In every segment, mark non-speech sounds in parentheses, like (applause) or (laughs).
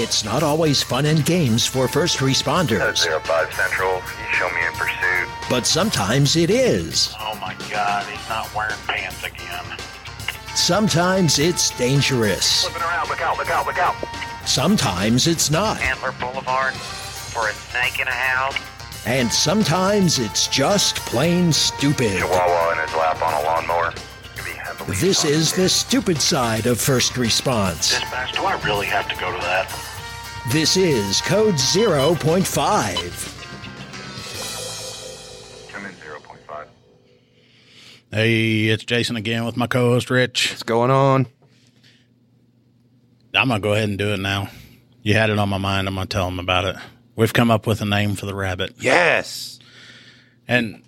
It's not always fun and games for first responders, 05 Central, you show me in pursuit. but sometimes it is. Oh my God, he's not wearing pants again. Sometimes it's dangerous. Flipping around, look out, look out, look out. Sometimes it's not. Antler Boulevard for a snake in a house. And sometimes it's just plain stupid. Chihuahua in his lap on a lawnmower. Could be heavily This intoxicated. is the stupid side of first response. Dispatch, do I really have to go to that? This is Code 0.5. Come in 0.5. Hey, it's Jason again with my co host Rich. What's going on? I'm going to go ahead and do it now. You had it on my mind. I'm going to tell them about it. We've come up with a name for the rabbit. Yes. And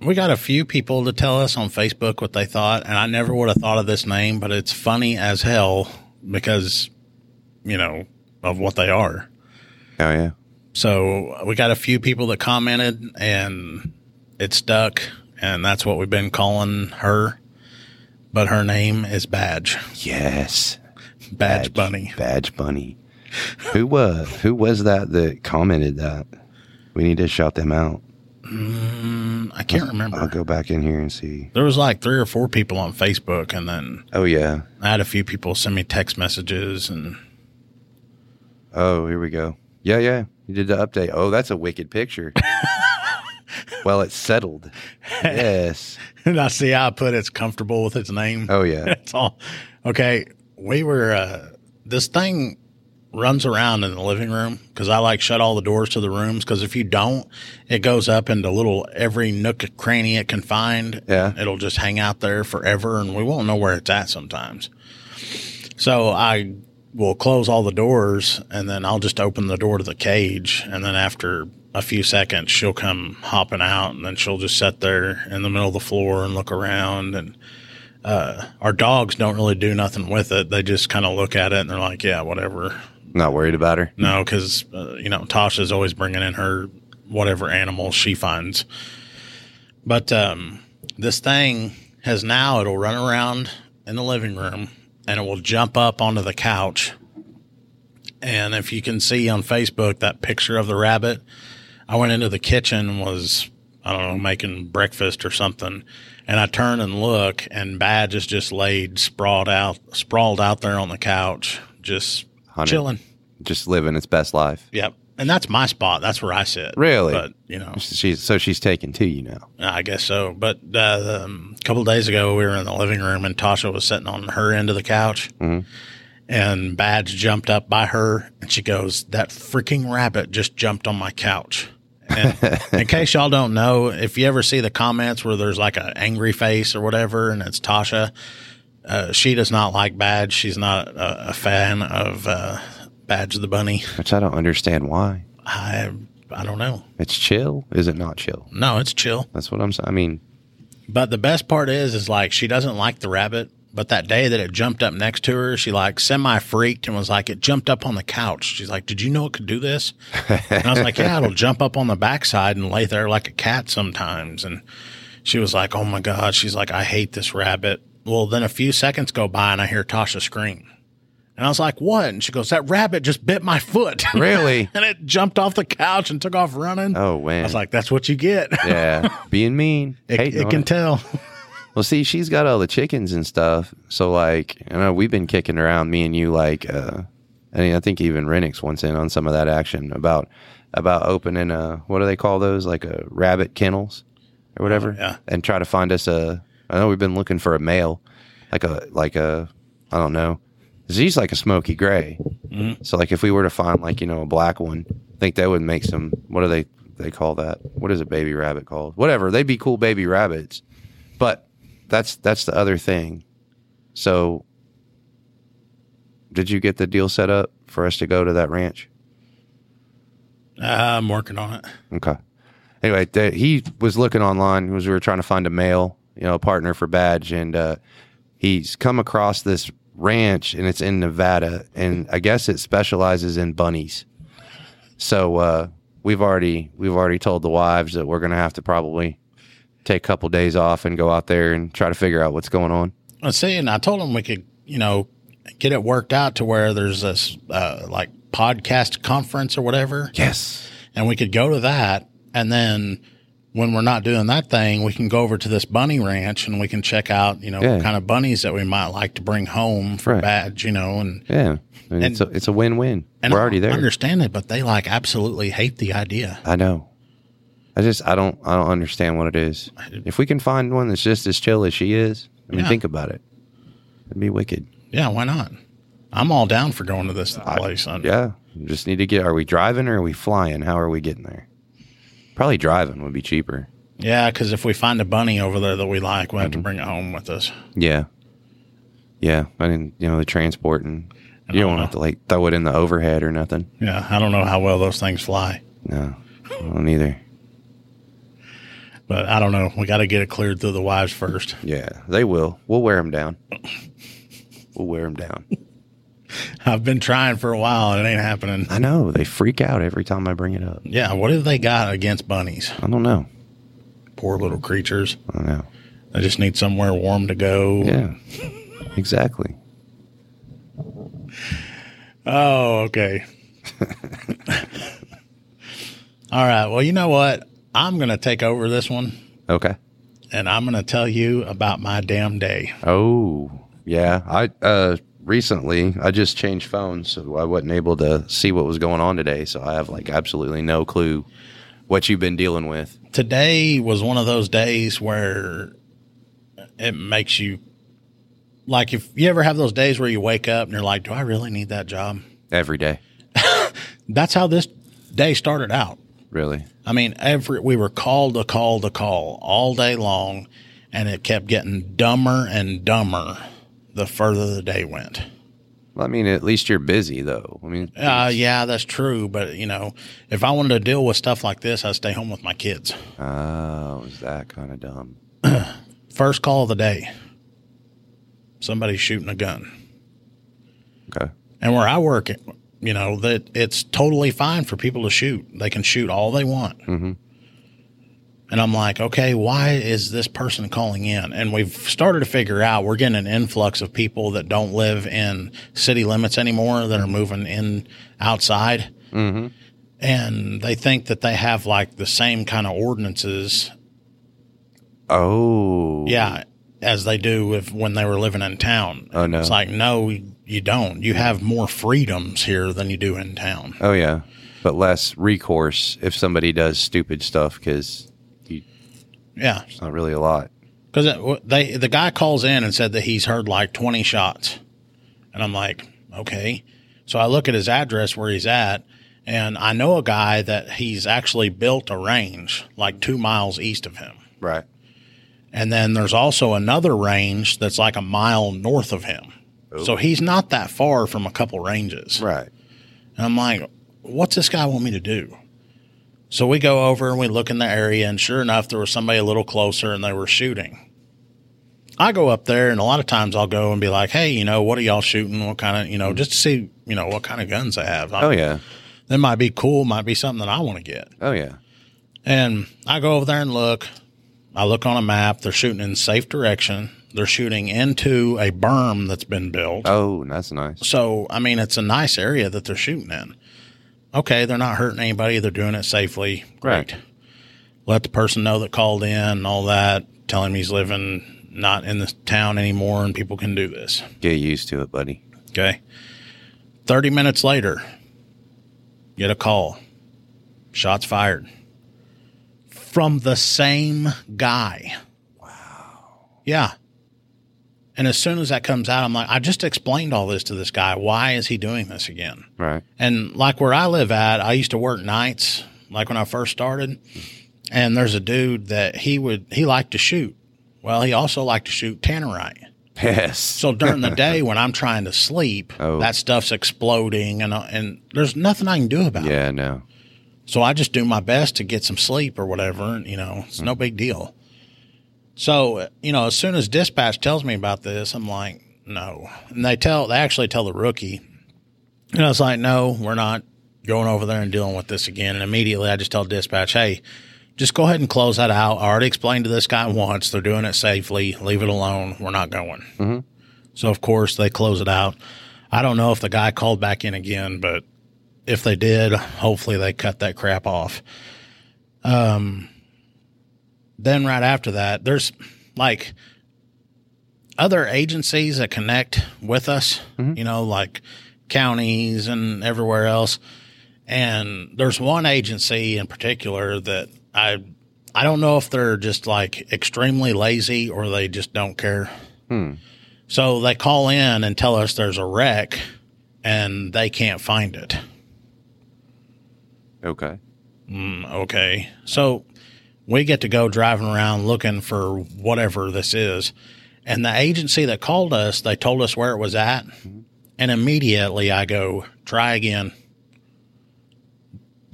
we got a few people to tell us on Facebook what they thought. And I never would have thought of this name, but it's funny as hell because, you know, of what they are. Oh yeah. So we got a few people that commented and it stuck. And that's what we've been calling her. But her name is Badge. Yes. Badge. Bunny. Badge Bunny. Who was who was that that commented that? We need to shout them out. I can't remember. I'll go back in here and see. There was like three or four people on Facebook, and then Oh yeah. I had a few people send me text messages, and (laughs) Oh, here we go. Yeah, yeah. You did the update. Oh, that's a (laughs) wicked picture. well, it's settled. Yes. and I see how I put it's comfortable with its name. (laughs) Oh yeah. That's all. Okay, we were uh, this thing runs around in the living room because I like shut all the doors to the rooms because if you don't, it goes up into little every nook and cranny it can find. Yeah. it'll just hang out there forever, and we won't know where it's at sometimes. So I will close all the doors, and then I'll just open the door to the cage, and then after. A few seconds, she'll come hopping out, and then she'll just sit there in the middle of the floor and look around. And uh, our dogs don't really do nothing with it. They just kind of look at it and they're like, yeah, whatever. Not worried about her. No, because, uh, you know, Tasha's always bringing in her whatever animal she finds. But um, this thing has now, it'll run around in the living room and it will jump up onto the couch. And if you can see on Facebook that picture of the rabbit, I went into the kitchen and was I don't know making breakfast or something, and I turn and look, and Badge is just laid sprawled out sprawled out there on the couch, just Hunted. chilling. Just living its best life. Yep, and that's my spot. That's where I sit. Really? but you know, She's so she's taken to you now. I guess so. But uh, um, a couple of days ago, we were in the living room, and Tasha was sitting on her end of the couch, and Badge jumped up by her, and she goes, "That freaking rabbit just jumped on my couch." And in case y'all don't know, if you ever see the comments where there's like an angry face or whatever, and it's Tasha, uh, she does not like Badge. She's not a, a fan of uh, Badge the bunny. Which I don't understand why. I I don't know. It's chill. Is it not chill? No, it's chill. That's what I'm saying. I mean, But the best part is, is like she doesn't like the rabbit. But that day that it jumped up next to her, she like semi freaked and was like, it jumped up on the couch. She's like, did you know it could do this? And I was like, (laughs) yeah, it'll jump up on the backside and lay there like a cat sometimes. And she was like, oh my God. She's like, I hate this rabbit. Well, then a few seconds go by and I hear Tasha scream. And I was like, what? And she goes, that rabbit just bit my foot. (laughs) really? and it jumped off the couch and took off running. Oh, man. I was like, that's what you get. yeah. Being mean. (laughs) It, hating it on can it. tell. Well, see, she's got all the chickens and stuff. So, like, I know we've been kicking around, me and you, like, uh, I mean, I think even Renix wants in on some of that action about about opening uh what do they call those like a rabbit kennels or whatever, yeah. and try to find us a. I know we've been looking for a male, like a like a I don't know. He's like a smoky gray, so like if we were to find like you know a black one, I think that would make some. What do they they call that? What is a baby rabbit called? Whatever, they'd be cool baby rabbits. But that's that's the other thing. So, did you get the deal set up for us to go to that ranch? I'm working on it. Okay. Anyway, th- he was looking online because we were trying to find a male, you know, a partner for Badge, and uh, he's come across this ranch, and it's in Nevada, and I guess it specializes in bunnies. So uh, we've already we've already told the wives that we're gonna have to probably take a couple days off and go out there and try to figure out what's going on. I see, and I told him we could, you know, get it worked out to where there's this uh, like podcast conference or whatever, Yes. and we could go to that. And then when we're not doing that thing, we can go over to this bunny ranch and we can check out, you know, Yeah. what kind of bunnies that we might like to bring home for Right. badge, you know, and Yeah. I mean, it's, a, it's a win-win. and We're I already there. Understand it, but they like absolutely hate the idea. I know. I just I don't I don't understand what it is. If we can find one that's just as chill as she is, I mean, Yeah. think about it. It'd be wicked. Yeah, why not? I'm all down for going to this place. I, Yeah. Just need to get. Are we driving or are we flying? How are we getting there? Probably driving would be cheaper. yeah, because if we find a bunny over there that we like, we have to bring it home with us. Yeah. Yeah. I mean, you know, the transport and you don't have to like throw it in the overhead or nothing. Yeah, I don't know how well those things fly, No, I don't either. but I don't know. We got to get it cleared through the wives first. (laughs) Yeah, they will. We'll wear them down. We'll wear them down. I've been trying for a while and it ain't happening. I know they freak out every time I bring it up. Yeah, what have they got against bunnies? I don't know. Poor little creatures. I don't know. They just need somewhere warm to go. (laughs) Yeah, exactly. Oh, okay. (laughs) All right. Well, you know what? I'm going to take over this one Okay. and I'm going to tell you about my damn day. Oh, yeah. I uh recently I just changed phones, so I wasn't able to see what was going on today. So I have like absolutely no clue what you've been dealing with. Today was one of those days where it makes you like if you ever have those days where you wake up and you're like, do I really need that job? Every day, That's how this day started out. really. I mean, every we were called to call to call all day long, and it kept getting dumber and dumber the further the day went. Well, I mean, at least you're busy though. I mean, Uh, yeah, that's true. But you know, if I wanted to deal with stuff like this, I'd stay home with my kids. oh, is that kind of dumb? First call of the day, somebody's shooting a gun, Okay. and where I work, you know that it's totally fine for people to shoot. They can shoot all they want. Mm-hmm. And I'm like, okay, why is this person calling in? And we've started to figure out we're getting an influx of people that don't live in city limits anymore that are moving in outside. And they think that they have like the same kind of ordinances, Oh, yeah, as they do if when they were living in town. Oh, no. It's like, no, you don't. You have more freedoms here than you do in town. Oh yeah, but less recourse if somebody does stupid stuff because Yeah. it's not really a lot. Because they the guy calls in and said that he's heard like 20 shots. And I'm like, okay. So I look at his address where he's at, and I know a guy that he's actually built a range like two miles east of him. Right. And then there's also another range that's like a mile north of him. Oh. So he's not that far from a couple ranges. Right. And I'm like, what's this guy want me to do? So we go over and we look in the area, and sure enough, there was somebody a little closer and they were shooting. I go up there, and a lot of times I'll go and be like, hey, you know, what are y'all shooting? What kind of, you know, just to see, you know, what kind of guns they have. Hmm. Oh yeah. That might be cool, might be something that I want to get. Oh yeah. And I go over there and look. I look on a map. They're shooting in safe direction. They're shooting into a berm that's been built. Oh, that's nice. So, I mean, it's a nice area that they're shooting in. Okay, they're not hurting anybody. They're doing it safely. Right. Let the person know that called in and all that. Tell him he's living not in this town anymore and people can do this. Get used to it, buddy. Okay. 30 minutes later, get a call. Shots fired from the same guy. Wow. Yeah. And as soon as that comes out, I'm like, I just explained all this to this guy. Why is he doing this again? Right. And like where I live at, I used to work nights, like when I first started. And there's a dude that he would, he liked to shoot. Well, he also liked to shoot tannerite. Yes. So during the day when I'm trying to sleep, Oh. that stuff's exploding and uh, and there's nothing I can do about it. yeah, no. So I just do my best to get some sleep or whatever, and you know, it's no big deal. So, you know, as soon as dispatch tells me about this, I'm like, no. And they tell they actually tell the rookie. And I was like, no, we're not going over there and dealing with this again. And immediately I just tell dispatch, hey, just go ahead and close that out. I already explained to this guy once. They're doing it safely. Leave it alone. We're not going. So, of course, they close it out. I don't know if the guy called back in again, but if they did, hopefully they cut that crap off. Um, then right after that, there's like other agencies that connect with us, you know, like counties and everywhere else. And there's one agency in particular that I I don't know if they're just like extremely lazy or they just don't care. So they call in and tell us there's a wreck and they can't find it. Okay. Okay. So we get to go driving around looking for whatever this is. And the agency that called us, they told us where it was at. And immediately I go, try again.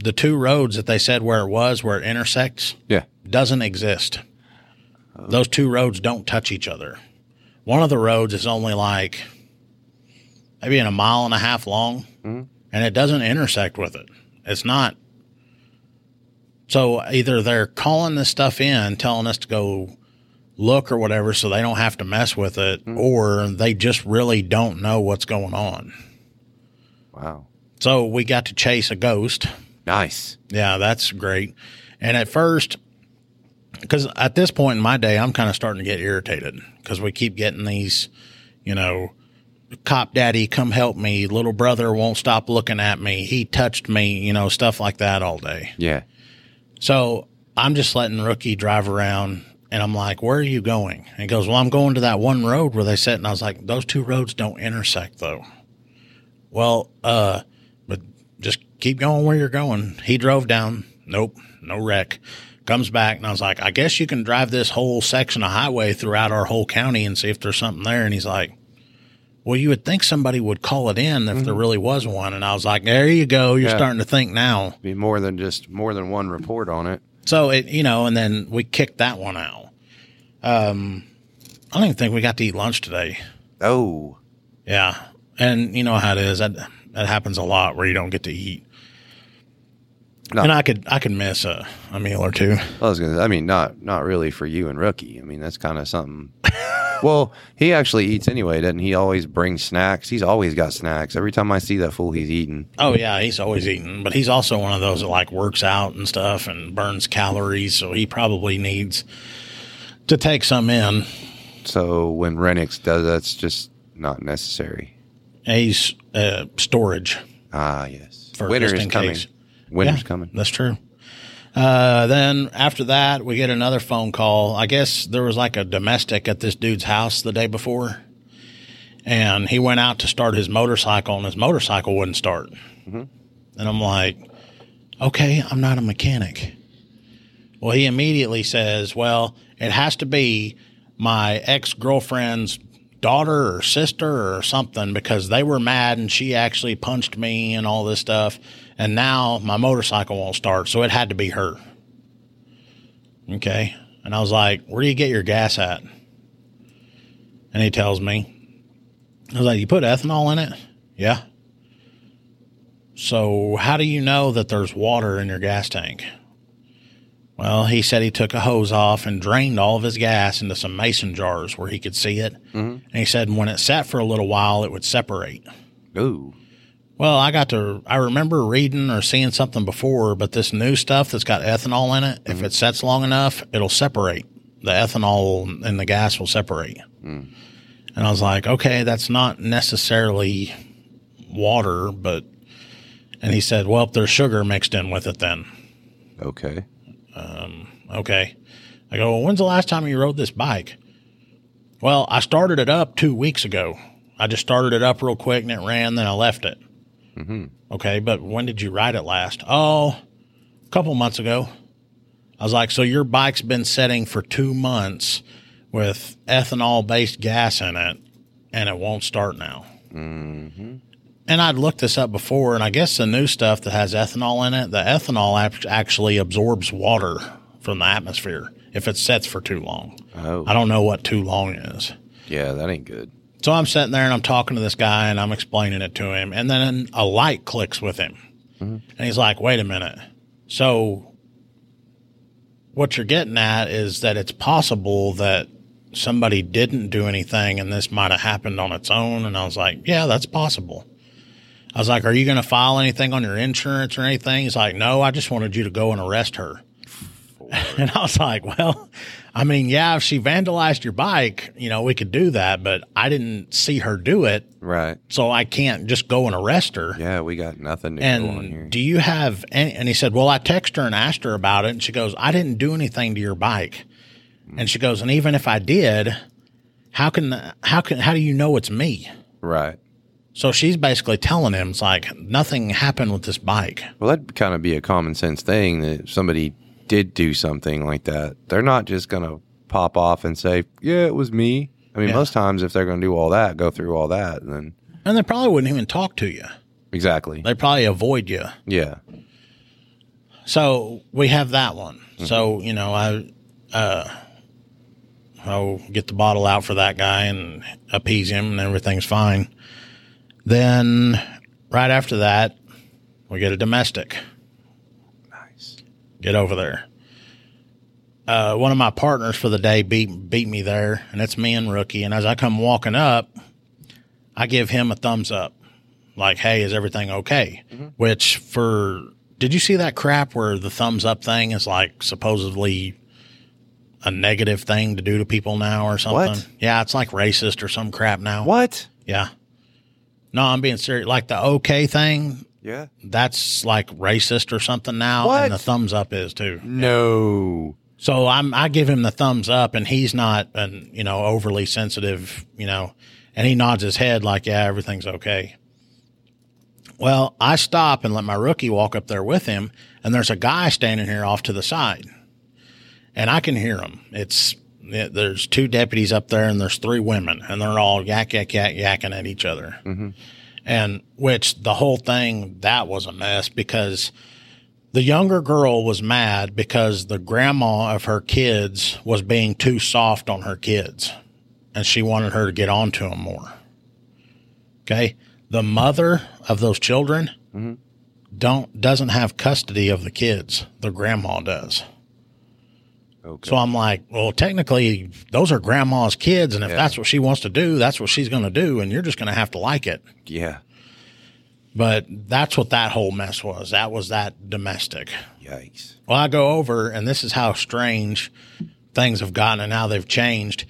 The two roads that they said where it was, where it intersects, Yeah. doesn't exist. Those two roads don't touch each other. One of the roads is only like maybe in a mile and a half long, and it doesn't intersect with it. It's not. So either they're calling this stuff in, telling us to go look or whatever, so they don't have to mess with it, or they just really don't know what's going on. Wow. So we got to chase a ghost. Nice. Yeah, that's great. And at first, because at this point in my day, I'm kind of starting to get irritated because we keep getting these, you know, cop daddy, come help me. Little brother won't stop looking at me. He touched me, you know, stuff like that all day. Yeah. So I'm just letting Rookie drive around and I'm like, where are you going? And he goes, well, I'm going to that one road where they sit. And I was like, those two roads don't intersect though. Well, uh, but just keep going where you're going. He drove down. Nope, no wreck. Comes back and I was like, I guess you can drive this whole section of highway throughout our whole county and see if there's something there. And he's like, Well, you would think somebody would call it in if there really was one. And I was like, There you go. You're Yeah. starting to think now. Be more than just more than one report on it. So it, you know, and then we kicked that one out. Um, I don't even think we got to eat lunch today. Oh. Yeah, and you know how it is. That that happens a lot where you don't get to eat. No. And I could I could miss a, a meal or two. I was gonna. I mean, not not really for you and rookie. I mean, that's kind of (laughs) something. well, he actually eats anyway, doesn't he? Always brings snacks. He's always got snacks. Every time I see that fool, he's eating. Oh yeah, he's always eating, but he's also one of those that like works out and stuff and burns calories, so he probably needs to take some in. So when Renix does, that's just not necessary. He's uh, storage. Ah, yes. For Winter just is in coming. case. Winter's Yeah, coming. That's true. Uh, then after that, we get another phone call. I guess there was like a domestic at this dude's house the day before, and he went out to start his motorcycle, and his motorcycle wouldn't start. Mm-hmm. And I'm like, okay, I'm not a mechanic. Well, he immediately says, well, it has to be my ex girlfriend's daughter or sister or something because they were mad and she actually punched me and all this stuff. And now my motorcycle won't start. So it had to be her. Okay. And I was like, where do you get your gas at? And he tells me, I was like, you put ethanol in it? Yeah. So how do you know that there's water in your gas tank? Well, he said he took a hose off and drained all of his gas into some mason jars where he could see it. And he said when it sat for a little while, it would separate. Ooh. Well, I got to, I remember reading or seeing something before, but this new stuff that's got ethanol in it, if it sets long enough, it'll separate. The ethanol and the gas will separate. And I was like, okay, that's not necessarily water, but, and he said, well, if there's sugar mixed in with it, then. Okay. Okay. I go, well, when's the last time you rode this bike? Well, I started it up two weeks ago. I just started it up real quick and it ran, then I left it. Okay, but when did you ride it last? Oh, a couple months ago. I was like, so your bike's been setting for two months with ethanol based gas in it and it won't start now. And I'd looked this up before, and I guess the new stuff that has ethanol in it, the ethanol act- actually absorbs water from the atmosphere if it sets for too long. Oh. I don't know what too long is. Yeah, that ain't good. So I'm sitting there and I'm talking to this guy and I'm explaining it to him. And then a light clicks with him. And he's like, wait a minute. So what you're getting at is that it's possible that somebody didn't do anything and this might have happened on its own. And I was like, yeah, that's possible. I was like, Are you going to file anything on your insurance or anything? He's like, No, I just wanted you to go and arrest her. (laughs) And I was like, Well, I mean, yeah, if she vandalized your bike, you know, we could do that, but I didn't see her do it. Right. So I can't just go and arrest her. Yeah, we got nothing to go on here. And do you have any? And he said, Well, I texted her and asked her about it. And she goes, I didn't do anything to your bike. And she goes, And even if I did, how can, how can, how do you know it's me? Right. So she's basically telling him, It's like, nothing happened with this bike. Well, that'd kind of be a common sense thing that if somebody did do something like that, they're not just going to pop off and say, yeah, it was me. I mean, Yeah. most times if they're going to do all that, go through all that, then And they probably wouldn't even talk to you, exactly. they probably avoid you. Yeah. So we have that one. So you know, I, uh, I'll get the bottle out for that guy and appease him, and everything's fine. Then, right after that, we get a domestic. Nice. Get over there. Uh, one of my partners for the day beat beat me there, and it's me and rookie. And as I come walking up, I give him a thumbs up like, "Hey, is everything okay?" Which for did you see that crap where the thumbs up thing is like supposedly a negative thing to do to people now or something? What? Yeah, it's like racist or some crap now. What? Yeah. No, I'm being serious. Like the okay thing, Yeah. that's like racist or something now, What? and the thumbs up is too. No. So I'm I give him the thumbs up, and he's not an you know overly sensitive, you know, and he nods his head like yeah everything's okay. Well, I stop and let my rookie walk up there with him, and there's a guy standing here off to the side, and I can hear him. It's it- there's two deputies up there, and there's three women, and they're all yak yak yak yakking at each other, and which the whole thing that was a mess because the younger girl was mad because the grandma of her kids was being too soft on her kids and she wanted her to get onto them more. Okay. The mother of those children don't doesn't have custody of the kids. The grandma does. Okay. So I'm like, well, technically those are grandma's kids and if Yeah. that's what she wants to do, that's what she's going to do and you're just going to have to like it. yeah. But that's what that whole mess was. That was that domestic. Yikes. Well, I go over, and this is how strange things have gotten and how they've changed.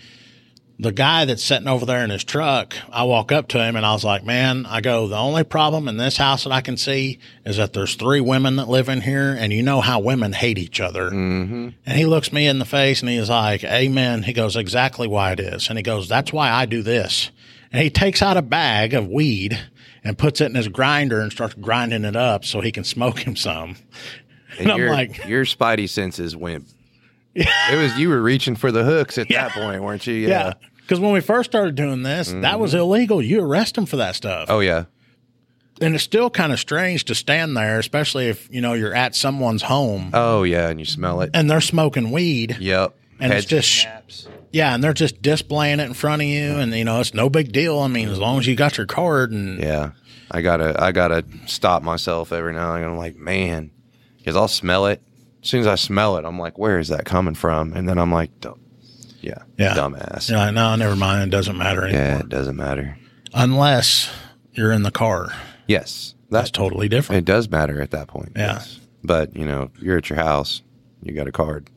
The guy that's sitting over there in his truck, I walk up to him and I was like, Man, I go, the only problem in this house that I can see is that there's three women that live in here, and you know how women hate each other. And he looks me in the face and he's like, Amen. He goes, Exactly why it is. And he goes, That's why I do this. And he takes out a bag of weed and puts it in his grinder and starts grinding it up so he can smoke him some. And, I'm your, like- your spidey senses (laughs) went. it was you were reaching for the hooks at that point, weren't you? Yeah. Because when we first started doing this, that was illegal. You arrest them for that stuff. Mm-hmm. Oh yeah. And it's still kind of strange to stand there, especially if, you know, you're at someone's home Oh yeah, and you smell it. and they're smoking weed. Yep. And it's Heads- just, yeah, and they're just displaying it in front of you. And, you know, it's no big deal. I mean, as long as you got your card and, Mm-hmm. Yeah, I gotta I gotta stop myself every now and then. I'm like, man, because I'll smell it. As soon as I smell it, I'm like, where is that coming from? And then I'm like, dumb. Yeah, Yeah. dumbass. you're like, no, never mind. It doesn't matter anymore. Yeah, it doesn't matter. Unless you're in the car. Yes, That's that totally different. it does matter at that point. Yeah. Yes, but you know, you're at your house. You got a card.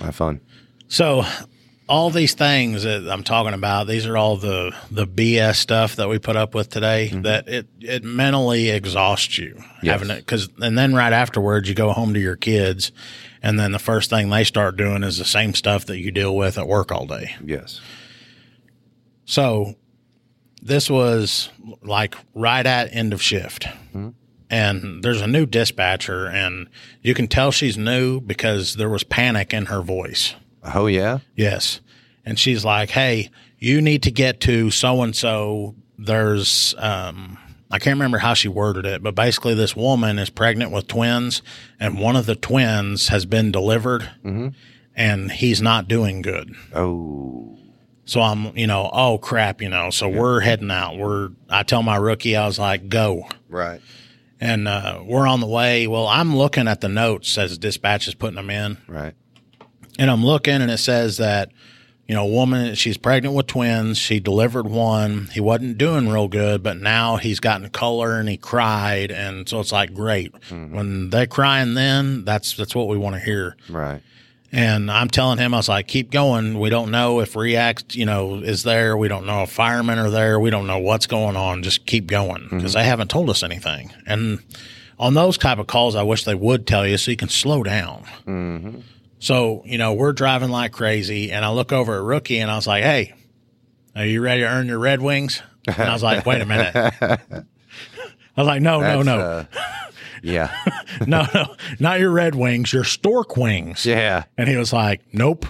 Have fun. So all these things that I'm talking about, these are all the the BS stuff that we put up with today that it it mentally exhausts you Yes. having it cuz and then right afterwards you go home to your kids and then the first thing they start doing is the same stuff that you deal with at work all day. Yes. So this was like right at end of shift. And there's a new dispatcher and you can tell she's new because there was panic in her voice. Oh yeah. Yes. And she's like, hey, you need to get to so and so. There's, um, I can't remember how she worded it, but basically, this woman is pregnant with twins, and one of the twins has been delivered, and he's not doing good. Oh. So I'm, you know, oh crap, you know. So we're heading out. We're, I tell my rookie, I was like, go Right. and uh, we're on the way. Well, I'm looking at the notes as dispatch is putting them in, Right. and I'm looking, and it says that you know, woman, she's pregnant with twins. She delivered one. He wasn't doing real good, but now he's gotten color and he cried. And so it's like, great. When they're crying, then that's, that's what we want to hear. Right. And I'm telling him, I was like, keep going. We don't know if React, you know, is there. We don't know if firemen are there. We don't know what's going on. Just keep going Mm-hmm. because they haven't told us anything. And on those type of calls, I wish they would tell you so you can slow down. Mm-hmm. So, you know, we're driving like crazy. And I look over at Rookie and I was like, hey, are you ready to earn your Red Wings? And I was like, wait a (laughs) minute. I was like, no, no, That's, no, uh, (laughs) yeah. (laughs) no, no, not your Red Wings, your Stork Wings. yeah. And he was like, "Nope."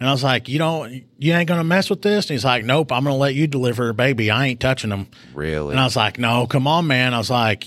And I was like, "You don't, you ain't gonna mess with this." And he's like, "Nope, I'm gonna let you deliver, a baby. I ain't touching them." Really. And I was like, "No, come on, man." I was like,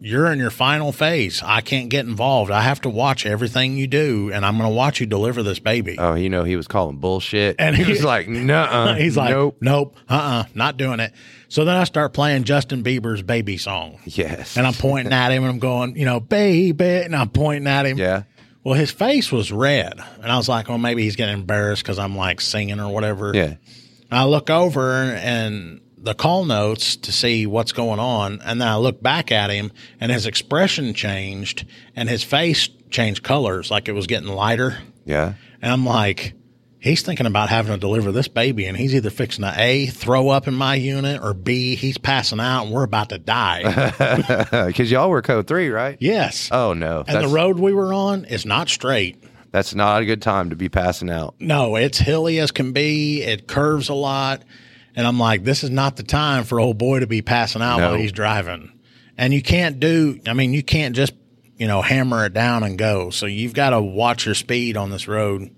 "You're in your final phase. I can't get involved. I have to watch everything you do, and I'm gonna watch you deliver this baby." oh, you know, he was calling bullshit. And And he, he- (laughs) was like, nah. He's like, Uh, nope. "Nope, nope, uh, uh not doing it." So then I start playing Justin Bieber's baby song, Yes. and I'm pointing at him, and I'm going, "You know, baby," and I'm pointing at him, yeah. Well, his face was red, and I was like, "Well, maybe he's getting embarrassed because I'm like singing or whatever." Yeah. And I look over and the call notes to see what's going on, and then I look back at him, and his expression changed, and his face changed colors, like it was getting lighter. Yeah. And I'm like, he's thinking about having to deliver this baby, and he's either fixing to a throw up in my unit, or b he's passing out, and we're about to (laughs) die. Because y'all were code three, right? yes. Oh, no. and that's, the road we were on is not straight. that's not a good time to be passing out. No, it's hilly as can be. It curves a lot. And I'm like, this is not the time for old boy to be passing out No. while he's driving. And you can't do, I mean, you can't just, you know, hammer it down and go. So you've got to watch your speed on this road.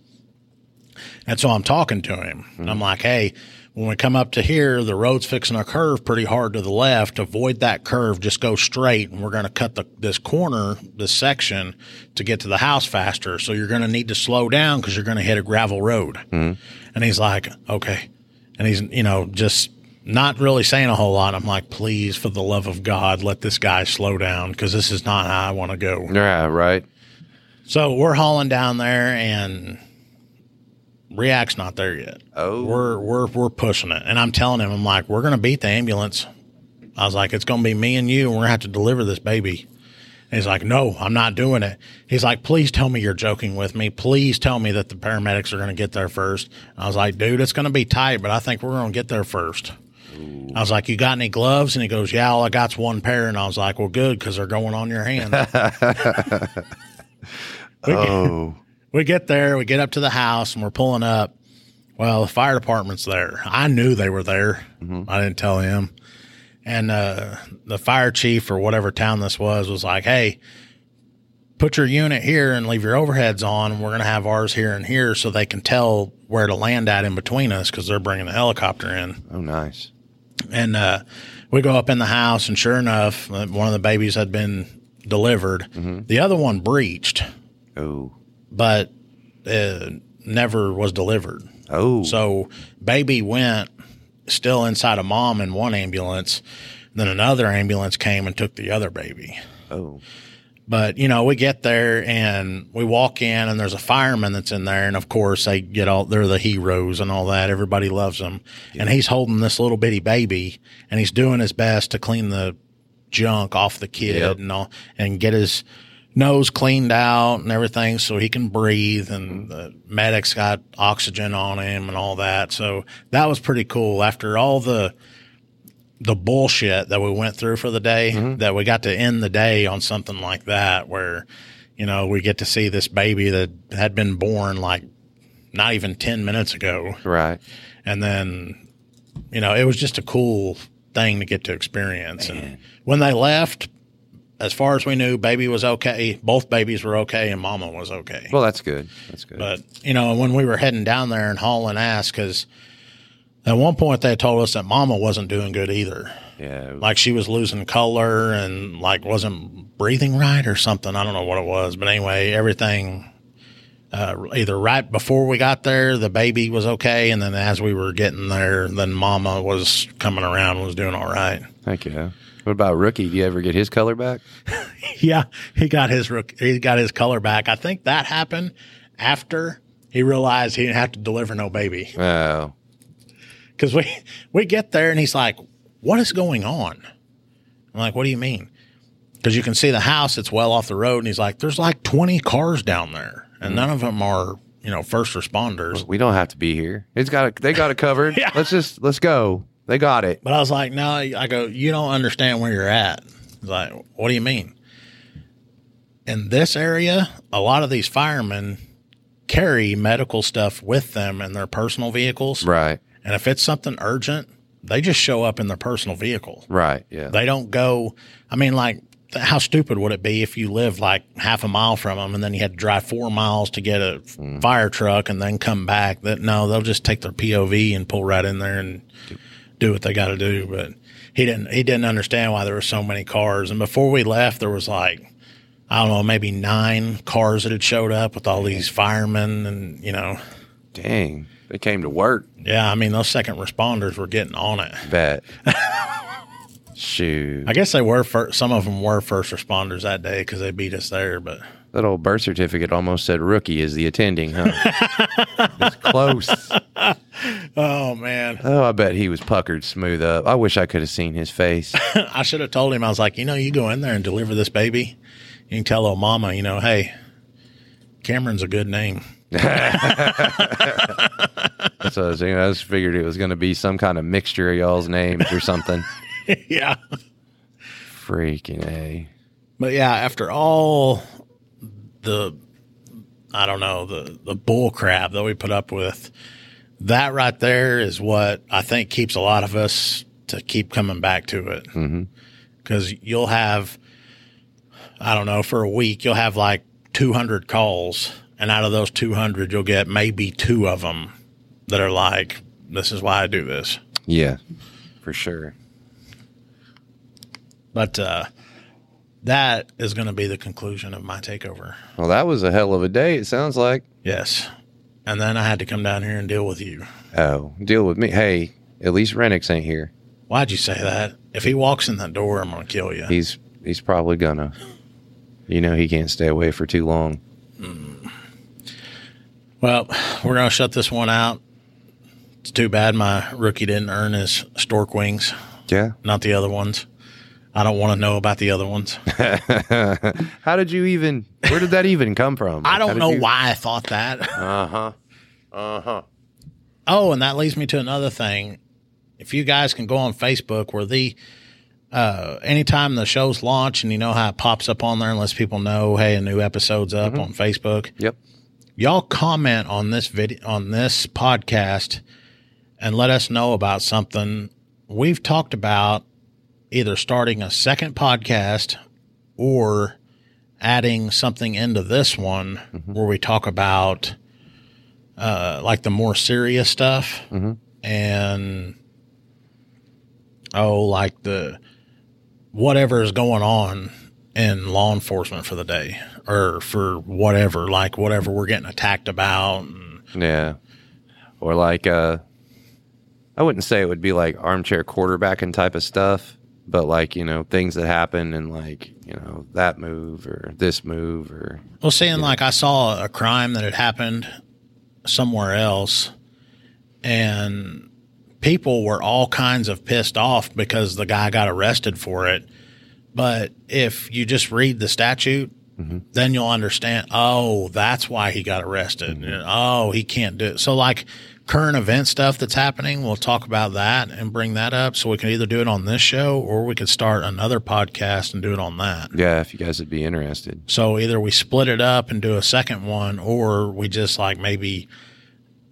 And so I'm talking to him. And I'm like, hey, when we come up to here, the road's fixing a curve pretty hard to the left. Avoid that curve. Just go straight. And we're going to cut the, this corner, this section to get to the house faster. So you're going to need to slow down because you're going to hit a gravel road. And he's like, okay. And he's, you know, just not really saying a whole lot. I'm like, please, for the love of God, let this guy slow down because this is not how I want to go. Yeah. (laughs) Right. So we're hauling down there, and React's not there yet. Oh. we're we're we're pushing it, and I'm telling him, I'm like, we're gonna beat the ambulance. I was like, it's gonna be me and you, and we're gonna have to deliver this baby. And he's like, no, I'm not doing it. He's like, please tell me you're joking with me. Please tell me that the paramedics are gonna get there first. I was like, dude, it's gonna be tight, but I think we're gonna get there first. I was like, you got any gloves? And he goes, yeah, all I got's one pair. And I was like, well, good, because they're going on your hand. Oh. We get there, we get up to the house, and we're pulling up. Well, the fire department's there. I knew they were there. I didn't tell him. And uh, the fire chief or whatever town this was was like, "Hey, put your unit here and leave your overheads on. We're gonna have ours here and here, so they can tell where to land at in between us because they're bringing the helicopter in." Oh, nice. And uh, we go up in the house, and sure enough, uh, one of the babies had been delivered. The other one breached Oh. but uh, never was delivered. Oh. So baby went still inside of mom in one ambulance. Then another ambulance came and took the other baby. oh. But you know, we get there and we walk in, and there's a fireman that's in there, and of course they get all they're the heroes and all that. Everybody loves them, and he's holding this little bitty baby, and he's doing his best to clean the junk off the kid Yep. and all, and get his nose cleaned out and everything so he can breathe. And the medics got oxygen on him and all that, so that was pretty cool. After all the the bullshit that we went through for the day that we got to end the day on something like that where you know we get to see this baby that had been born like not even 10 minutes ago Right. and then you know it was just a cool thing to get to experience and when they left as far as we knew baby was okay both babies were okay and mama was okay Well, that's good. That's good. but you know, when we were heading down there and hauling ass, because at one point they told us that Mama wasn't doing good either. yeah. Like she was losing color and like wasn't breathing right or something. I don't know what it was, but anyway, everything. Uh, either right before we got there, the baby was okay, and then as we were getting there, then Mama was coming around, and was doing all right. Thank you. What about rookie? Do you ever get his color back? Yeah, he got his rook- he got his color back. I think that happened after he realized he didn't have to deliver no baby Oh, because we (laughs) we get there and he's like, "What is going on?" I'm like, "What do you mean?" Because you can see the house; it's well off the road, and he's like, "There's like 20 cars down there, and none of them are you know first responders." we don't have to be here. It's got it. They got it covered. Yeah. Let's just let's go. They got it. But I was like, "No," I go, "You don't understand where you're at." He's like, "What do you mean?" In this area, a lot of these firemen carry medical stuff with them in their personal vehicles, Right. and if it's something urgent, they just show up in their personal vehicle. Right. Yeah. They don't go. I mean, like, th- how stupid would it be if you lived like half a mile from them and then you had to drive four miles to get a f- fire truck and then come back? That no, they'll just take their POV and pull right in there and do what they got to do. But he didn't. He didn't understand why there were so many cars. And before we left, there was like. I don't know, maybe nine cars that had showed up with all these firemen, and you know, Dang. They came to work. yeah, I mean, those second responders were getting on it. Bet. Shoot. I guess they were first, some of them were first responders that day because they beat us there, but That old birth certificate almost said rookie is the attending, huh? it's close. oh man, Oh, I bet he was puckered smooth up. I wish I could have seen his face. I should have told him. I was like, you know, you go in there and deliver this baby. You can tell old mama, you know, hey, Cameron's a good name. (laughs) So I was thinking- I just figured it was going to be some kind of mixture of y'all's names or something. yeah. Freaking A. But yeah, after all the I don't know, the the bull crap that we put up with, that right there is what I think keeps a lot of us to keep coming back to it. Cuz you'll have I don't know, for a week you'll have like 200 calls and out of those 200 you'll get maybe 2 of them that are like this is why I do this. Yeah, for sure. But uh that is going to be the conclusion of my takeover. Well, that was a hell of a day, it sounds like. Yes. And then I had to come down here and deal with you. Oh, deal with me. Hey, at least Renix ain't here. Why'd you say that? If he walks in that door, I'm going to kill you. He's he's probably gonna. You know he can't stay away for too long. Well, we're going to shut this one out. It's too bad my rookie didn't earn his stork wings, Yeah. not the other ones. I don't want to know about the other ones. How did you even? Where did that even come from? (laughs) I don't know why I thought that. (laughs) Uh huh. Oh, and that leads me to another thing. If you guys can go on Facebook where the uh, anytime the show's launch and you know how it pops up on there and lets people know, hey, a new episode's up on Facebook. Yep. y'all comment on this video on this podcast and let us know about something we've talked about either starting a second podcast or adding something into this one where we talk about uh, like the more serious stuff and oh like the whatever is going on in law enforcement for the day or for whatever, like whatever we're getting attacked about. And, Yeah. Or like, uh, I wouldn't say it would be like armchair quarterbacking type of stuff, but like you know things that happen and like you know that move or this move or well, seeing like I saw a crime that had happened somewhere else and people were all kinds of pissed off because the guy got arrested for it. But if you just read the statute, then you'll understand. Oh, that's why he got arrested. And, Oh, he can't do it. So, like current event stuff that's happening, we'll talk about that and bring that up. So we can either do it on this show or we could start another podcast and do it on that. yeah. If you guys would be interested, So either we split it up and do a second one, or we just like maybe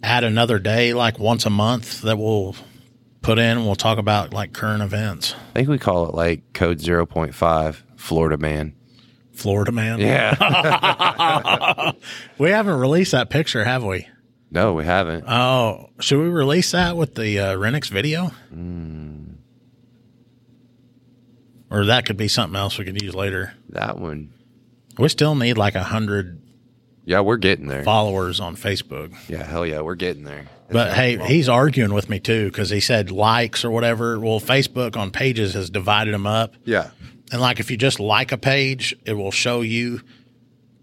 add another day, like once a month, that we'll put in and we'll talk about like current events. I think we call it like Code Zero Point Five Florida Man. Florida man. Yeah. We haven't released that picture, have we? (laughs) no, we haven't. Oh, should we release that with the uh, Renix video? Or that could be something else we could use later. That one. We still need like a hundred Yeah, we're getting there. followers on Facebook. Yeah, hell yeah, we're getting there. But hey, he's arguing with me too because he said likes or whatever. Well, Facebook on pages has divided them up. yeah. And like if you just like a page, it will show you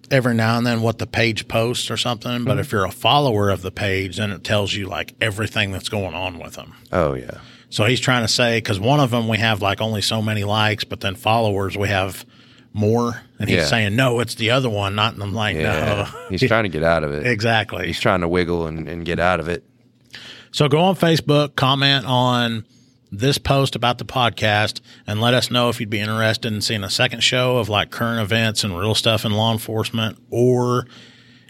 every now and then what the page posts or something. Hmm. But if you're a follower of the page, then it tells you like everything that's going on with them. Oh yeah. So he's trying to say because one of them we have like only so many likes, but then followers we have more, and he's Yeah. saying no, it's the other one, not. And I'm like, Yeah. no, (laughs) He's trying to get out of it. exactly. He's trying to wiggle and, and get out of it. So go on Facebook, comment on this post about the podcast, and let us know if you'd be interested in seeing a second show of like current events and real stuff in law enforcement, or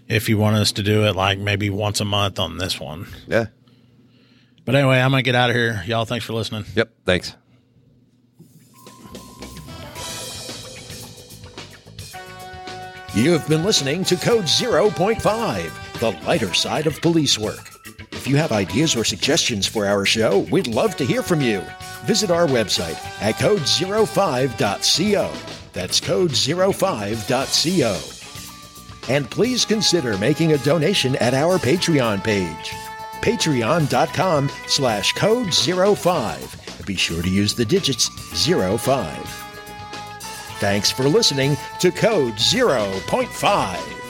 if you want us to do it like maybe once a month on this one. Yeah. But anyway, I'm going to get out of here. Y'all, thanks for listening. Yep. Thanks. You've been listening to Code 0.5, the lighter side of police work. If you have ideas or suggestions for our show, we'd love to hear from you. Visit our website at code05.co. That's code05.co. And please consider making a donation at our Patreon page, patreon.com slash code 05. Be sure to use the digits 05. Thanks for listening to Code 0.5.